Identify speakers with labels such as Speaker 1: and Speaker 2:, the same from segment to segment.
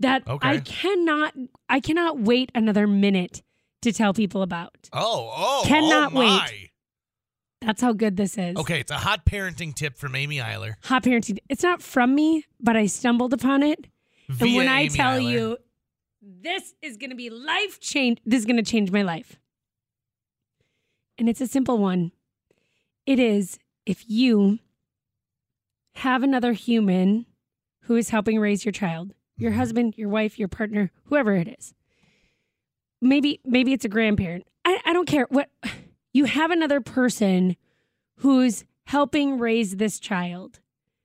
Speaker 1: that
Speaker 2: Okay.
Speaker 1: I cannot I cannot wait another minute to tell people about.
Speaker 2: Oh, oh,
Speaker 1: Cannot
Speaker 2: oh
Speaker 1: wait.
Speaker 2: my.
Speaker 1: That's how good this is.
Speaker 2: Okay, it's a hot parenting tip from Amy Eiler.
Speaker 1: Hot parenting. It's not from me, but I stumbled upon it. And
Speaker 2: via
Speaker 1: when I
Speaker 2: Amy
Speaker 1: tell
Speaker 2: Eiler.
Speaker 1: you this is going to be life change, this is going to change my life. And it's a simple one. It is if you have another human who is helping raise your child, your
Speaker 2: Mm-hmm.
Speaker 1: husband, your wife, your partner, whoever it is. Maybe maybe it's a grandparent. I, I don't care what you have another person who's helping raise this child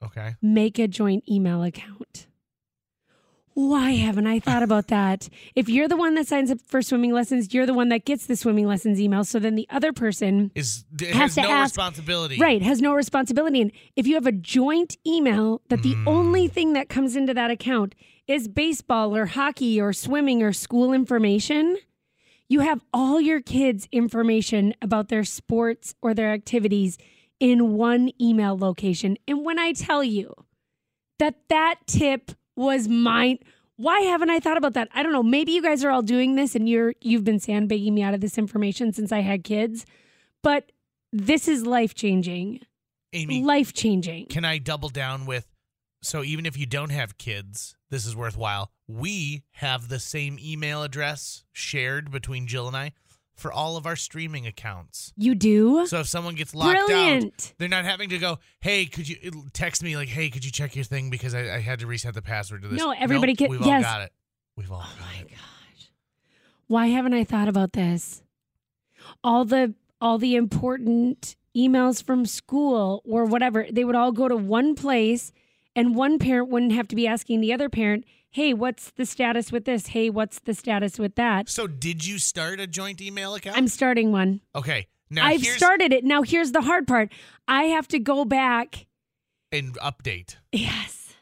Speaker 2: Okay.
Speaker 1: make a joint email account. Why haven't I thought about that? If you're the one that signs up for swimming lessons, you're the one that gets the swimming lessons email. So then the other person,
Speaker 2: Is it has,
Speaker 1: Has to
Speaker 2: no
Speaker 1: ask-
Speaker 2: responsibility.
Speaker 1: right, has no responsibility. And if you have a joint email that the
Speaker 2: Mm.
Speaker 1: only thing that comes into that account is baseball or hockey or swimming or school information, you have all your kids' information about their sports or their activities in one email location. And when I tell you, that that tip was mine. Why haven't I thought about that? I don't know. Maybe you guys are all doing this and you're you've been sandbagging me out of this information since I had kids. But this is life-changing.
Speaker 2: Amy,
Speaker 1: Life-changing.
Speaker 2: can I double down with so even if you don't have kids, this is worthwhile. We have the same email address shared between Jill and I for all of our streaming accounts.
Speaker 1: You do?
Speaker 2: So if someone gets locked out,
Speaker 1: Brilliant.
Speaker 2: they're not having to go, "Hey, could you it'll text me like, hey, could you check your thing because I, I had to reset the password to this."
Speaker 1: No, everybody
Speaker 2: Nope,
Speaker 1: can-
Speaker 2: We've
Speaker 1: yes.
Speaker 2: all got it. We've all
Speaker 1: Oh
Speaker 2: got
Speaker 1: my
Speaker 2: it.
Speaker 1: gosh. Why haven't I thought about this? All the all the important emails from school or whatever, they would all go to one place and one parent wouldn't have to be asking the other parent, "Hey, what's the status with this? Hey, what's the status with that?"
Speaker 2: So did you start a joint email account?
Speaker 1: I'm starting one.
Speaker 2: okay. Now
Speaker 1: I've
Speaker 2: here's
Speaker 1: started it. Now here's the hard part. I have to go back.
Speaker 2: an update.
Speaker 1: Yes.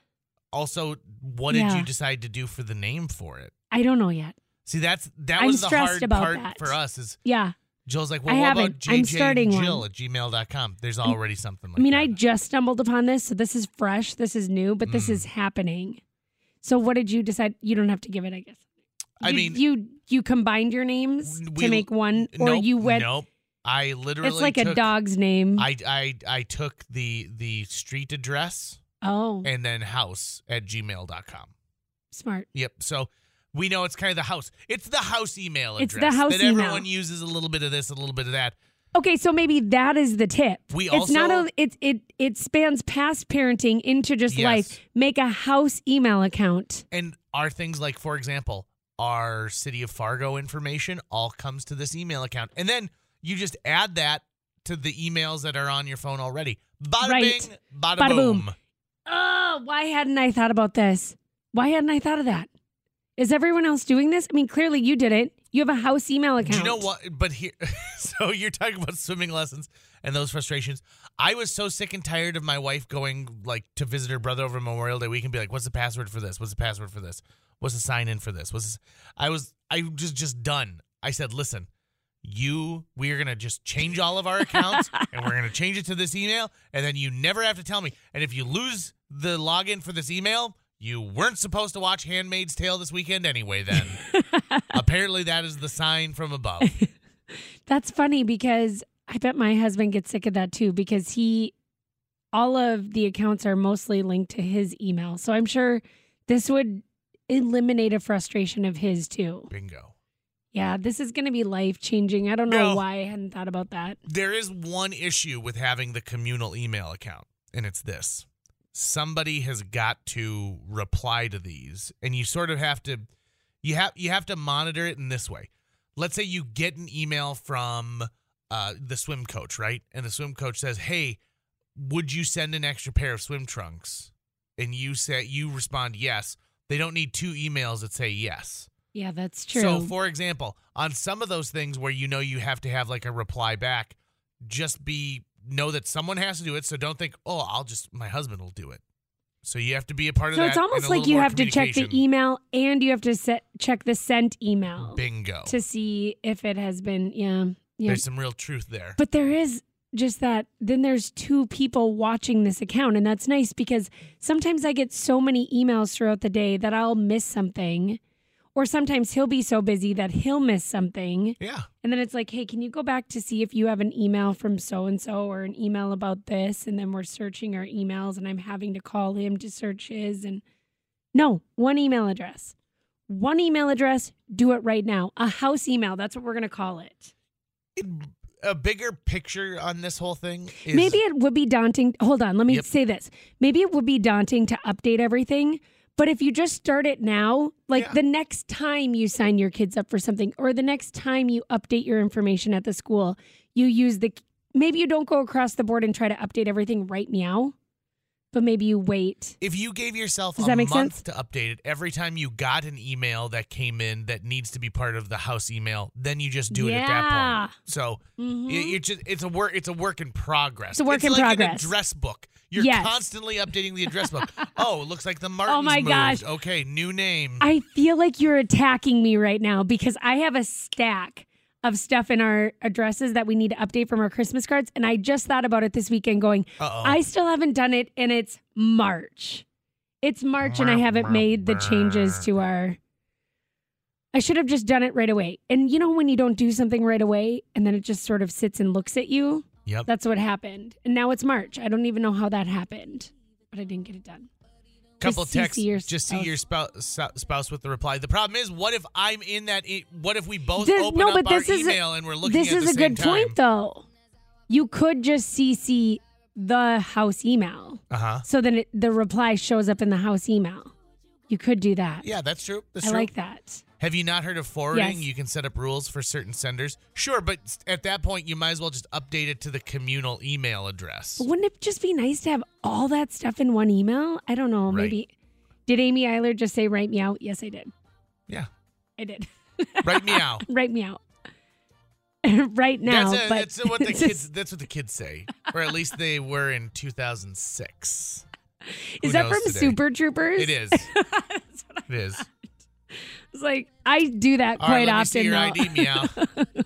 Speaker 2: Also, what
Speaker 1: Yeah.
Speaker 2: did you decide to do for the name for it?
Speaker 1: I don't know yet.
Speaker 2: See, that's that
Speaker 1: I'm
Speaker 2: was the
Speaker 1: stressed
Speaker 2: hard
Speaker 1: about
Speaker 2: part
Speaker 1: that.
Speaker 2: for us is
Speaker 1: Yeah.
Speaker 2: Jill's like,
Speaker 1: I
Speaker 2: well, what about
Speaker 1: haven't. I'm starting one.
Speaker 2: Jill at gmail.com? There's already something like
Speaker 1: I mean,
Speaker 2: that.
Speaker 1: I just stumbled upon this, so this is fresh, this is new, but this
Speaker 2: Mm.
Speaker 1: is happening. So what did you decide? You don't have to give it, I guess.
Speaker 2: I
Speaker 1: You-
Speaker 2: mean-
Speaker 1: you you combined your names
Speaker 2: W-
Speaker 1: to
Speaker 2: we-
Speaker 1: make one,
Speaker 2: N-
Speaker 1: or
Speaker 2: nope,
Speaker 1: you went.
Speaker 2: Nope. I literally
Speaker 1: it's like a
Speaker 2: took-
Speaker 1: dog's name.
Speaker 2: I, I I took the the street address
Speaker 1: oh,
Speaker 2: and then house at gmail.com.
Speaker 1: smart.
Speaker 2: Yep. So we know it's kind of the house. It's the house email
Speaker 1: It's
Speaker 2: address
Speaker 1: the house
Speaker 2: that
Speaker 1: email.
Speaker 2: everyone uses a little bit of this, a little bit of that.
Speaker 1: Okay, so maybe that is the tip.
Speaker 2: We
Speaker 1: it's not
Speaker 2: also-
Speaker 1: a, it it it spans past parenting into just
Speaker 2: Yes.
Speaker 1: life. Make a house email account.
Speaker 2: And are things like, for example, our city of Fargo information all comes to this email account. And then you just add that to the emails that are on your phone already. Bada
Speaker 1: Right.
Speaker 2: bing, bada,
Speaker 1: Bada boom.
Speaker 2: boom.
Speaker 1: Oh, why hadn't I thought about this? Why hadn't I thought of that? Is everyone else doing this? I mean, clearly you did it. You have a house email account.
Speaker 2: Do you know what? But here, so you're talking about swimming lessons and those frustrations. I was so sick and tired of my wife going like to visit her brother over Memorial Day week and be like, "What's the password for this? What's the password for this? What's the sign in for this?" What's this? I was I just just done. I said, "Listen, you, we are gonna just change all of our accounts and we're gonna change it to this email, and then you never have to tell me. And if you lose the login for this email." You weren't supposed to watch Handmaid's Tale this weekend anyway, then. Apparently, that is the sign from above.
Speaker 1: That's funny because I bet my husband gets sick of that too because he, all of the accounts are mostly linked to his email. So I'm sure this would eliminate a frustration of his too.
Speaker 2: Bingo.
Speaker 1: Yeah, this is going to be life changing. I don't know
Speaker 2: No.
Speaker 1: why I hadn't thought about that.
Speaker 2: There is one issue with having the communal email account, and it's this somebody has got to reply to these, and you sort of have to. You have you have to monitor it in this way. Let's say you get an email from uh, the swim coach, right? And the swim coach says, "Hey, would you send an extra pair of swim trunks?" And you say you respond yes. They don't need two emails that say yes.
Speaker 1: Yeah, that's true.
Speaker 2: So, for example, on some of those things where you know you have to have like a reply back, just be know that someone has to do it. So don't think, oh, I'll just my husband will do it. So you have to be a part
Speaker 1: so
Speaker 2: of that.
Speaker 1: it's almost
Speaker 2: and a
Speaker 1: like
Speaker 2: little
Speaker 1: you
Speaker 2: more
Speaker 1: have to check the
Speaker 2: communication.
Speaker 1: email and you have to set, check the sent email
Speaker 2: Bingo.
Speaker 1: to see if it has been, yeah. yeah.
Speaker 2: There's some real truth there.
Speaker 1: But there is just that then there's two people watching this account and that's nice because sometimes I get so many emails throughout the day that I'll miss something or sometimes he'll be so busy that he'll miss something
Speaker 2: Yeah.
Speaker 1: and then it's like hey can you go back to see if you have an email from so and so or an email about this and then we're searching our emails and I'm having to call him to search his and no one email address one email address do it right now a house email that's what we're going to call it
Speaker 2: A bigger picture on this whole thing is
Speaker 1: Maybe it would be daunting. Hold on, let me
Speaker 2: Yep.
Speaker 1: say this. Maybe it would be daunting to update everything, but if you just start it now, like
Speaker 2: Yeah.
Speaker 1: the next time you sign your kids up for something or the next time you update your information at the school, you use the maybe you don't go across the board and try to update everything right now, but maybe you wait.
Speaker 2: if you gave yourself
Speaker 1: Does
Speaker 2: a
Speaker 1: that make
Speaker 2: month
Speaker 1: sense?
Speaker 2: to update it every time you got an email that came in that needs to be part of the house email, then you just do it at
Speaker 1: Yeah.
Speaker 2: that point. So
Speaker 1: Mhm.
Speaker 2: you, you just it's a work it's a work in progress.
Speaker 1: It's a work in
Speaker 2: like
Speaker 1: progress.
Speaker 2: An address book. You're
Speaker 1: Yes.
Speaker 2: constantly updating the address book. oh, it looks like the Martins
Speaker 1: my
Speaker 2: moved.
Speaker 1: gosh.
Speaker 2: Okay, new name.
Speaker 1: I feel like you're attacking me right now because I have a stack of stuff in our addresses that we need to update from our Christmas cards. And I just thought about it this weekend going,
Speaker 2: Uh-oh.
Speaker 1: I still haven't done it. And it's March. It's March, and I haven't made the changes to our. I should have just done it right away. And you know, when you don't do something right away and then it just sort of sits and looks at you?
Speaker 2: yep.
Speaker 1: That's what happened. And now it's March. I don't even know how that happened, but I didn't get it done.
Speaker 2: couple
Speaker 1: Just CC
Speaker 2: texts.
Speaker 1: your
Speaker 2: just see your spouse, spouse with the reply. The problem is, what if I'm in that? E- what if we both
Speaker 1: This-
Speaker 2: open
Speaker 1: no,
Speaker 2: up
Speaker 1: but
Speaker 2: our
Speaker 1: this is a-
Speaker 2: email and we're looking
Speaker 1: This
Speaker 2: at
Speaker 1: is
Speaker 2: the
Speaker 1: a
Speaker 2: same
Speaker 1: good
Speaker 2: time?
Speaker 1: point, though. You could just CC the house email,
Speaker 2: Uh huh.
Speaker 1: so then it, the reply shows up in the house email. You could do that.
Speaker 2: Yeah, that's true. That's
Speaker 1: I
Speaker 2: true.
Speaker 1: like that.
Speaker 2: Have you not heard of forwarding?
Speaker 1: Yes.
Speaker 2: You can set up rules for certain senders. Sure, but s- at that point, you might as well just update it to the communal email address.
Speaker 1: But wouldn't it just be nice to have all that stuff in one email? I don't know.
Speaker 2: Right.
Speaker 1: Maybe did Amy Eiler just say write me out? Yes, I did.
Speaker 2: Yeah.
Speaker 1: I did.
Speaker 2: Right meow.
Speaker 1: write me out. right now,
Speaker 2: that's, a,
Speaker 1: but
Speaker 2: that's what the
Speaker 1: it's just-
Speaker 2: kids. That's what the kids say, or at least they were in 2006.
Speaker 1: is
Speaker 2: Who
Speaker 1: that
Speaker 2: knows
Speaker 1: from
Speaker 2: today?
Speaker 1: Super Troopers?
Speaker 2: It is. It is.
Speaker 1: It's like I do that
Speaker 2: All right,
Speaker 1: quite
Speaker 2: let me
Speaker 1: often.
Speaker 2: see your
Speaker 1: though.
Speaker 2: ID, meow.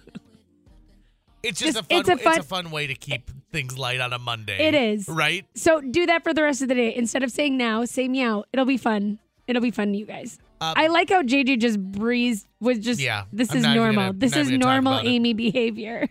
Speaker 2: It's just
Speaker 1: Just-
Speaker 2: a fun.
Speaker 1: it's a fun-
Speaker 2: it's a fun way to keep things light on a Monday.
Speaker 1: It is.
Speaker 2: right.
Speaker 1: So do that for the rest of the day. Instead of saying now, say meow. It'll be fun. It'll be fun to you guys.
Speaker 2: Uh,
Speaker 1: I like how JJ just breezed was just
Speaker 2: Yeah,
Speaker 1: this
Speaker 2: I'm
Speaker 1: is
Speaker 2: not even
Speaker 1: normal.
Speaker 2: gonna-
Speaker 1: this
Speaker 2: not
Speaker 1: is
Speaker 2: even gonna talk
Speaker 1: normal
Speaker 2: about it.
Speaker 1: Amy behavior.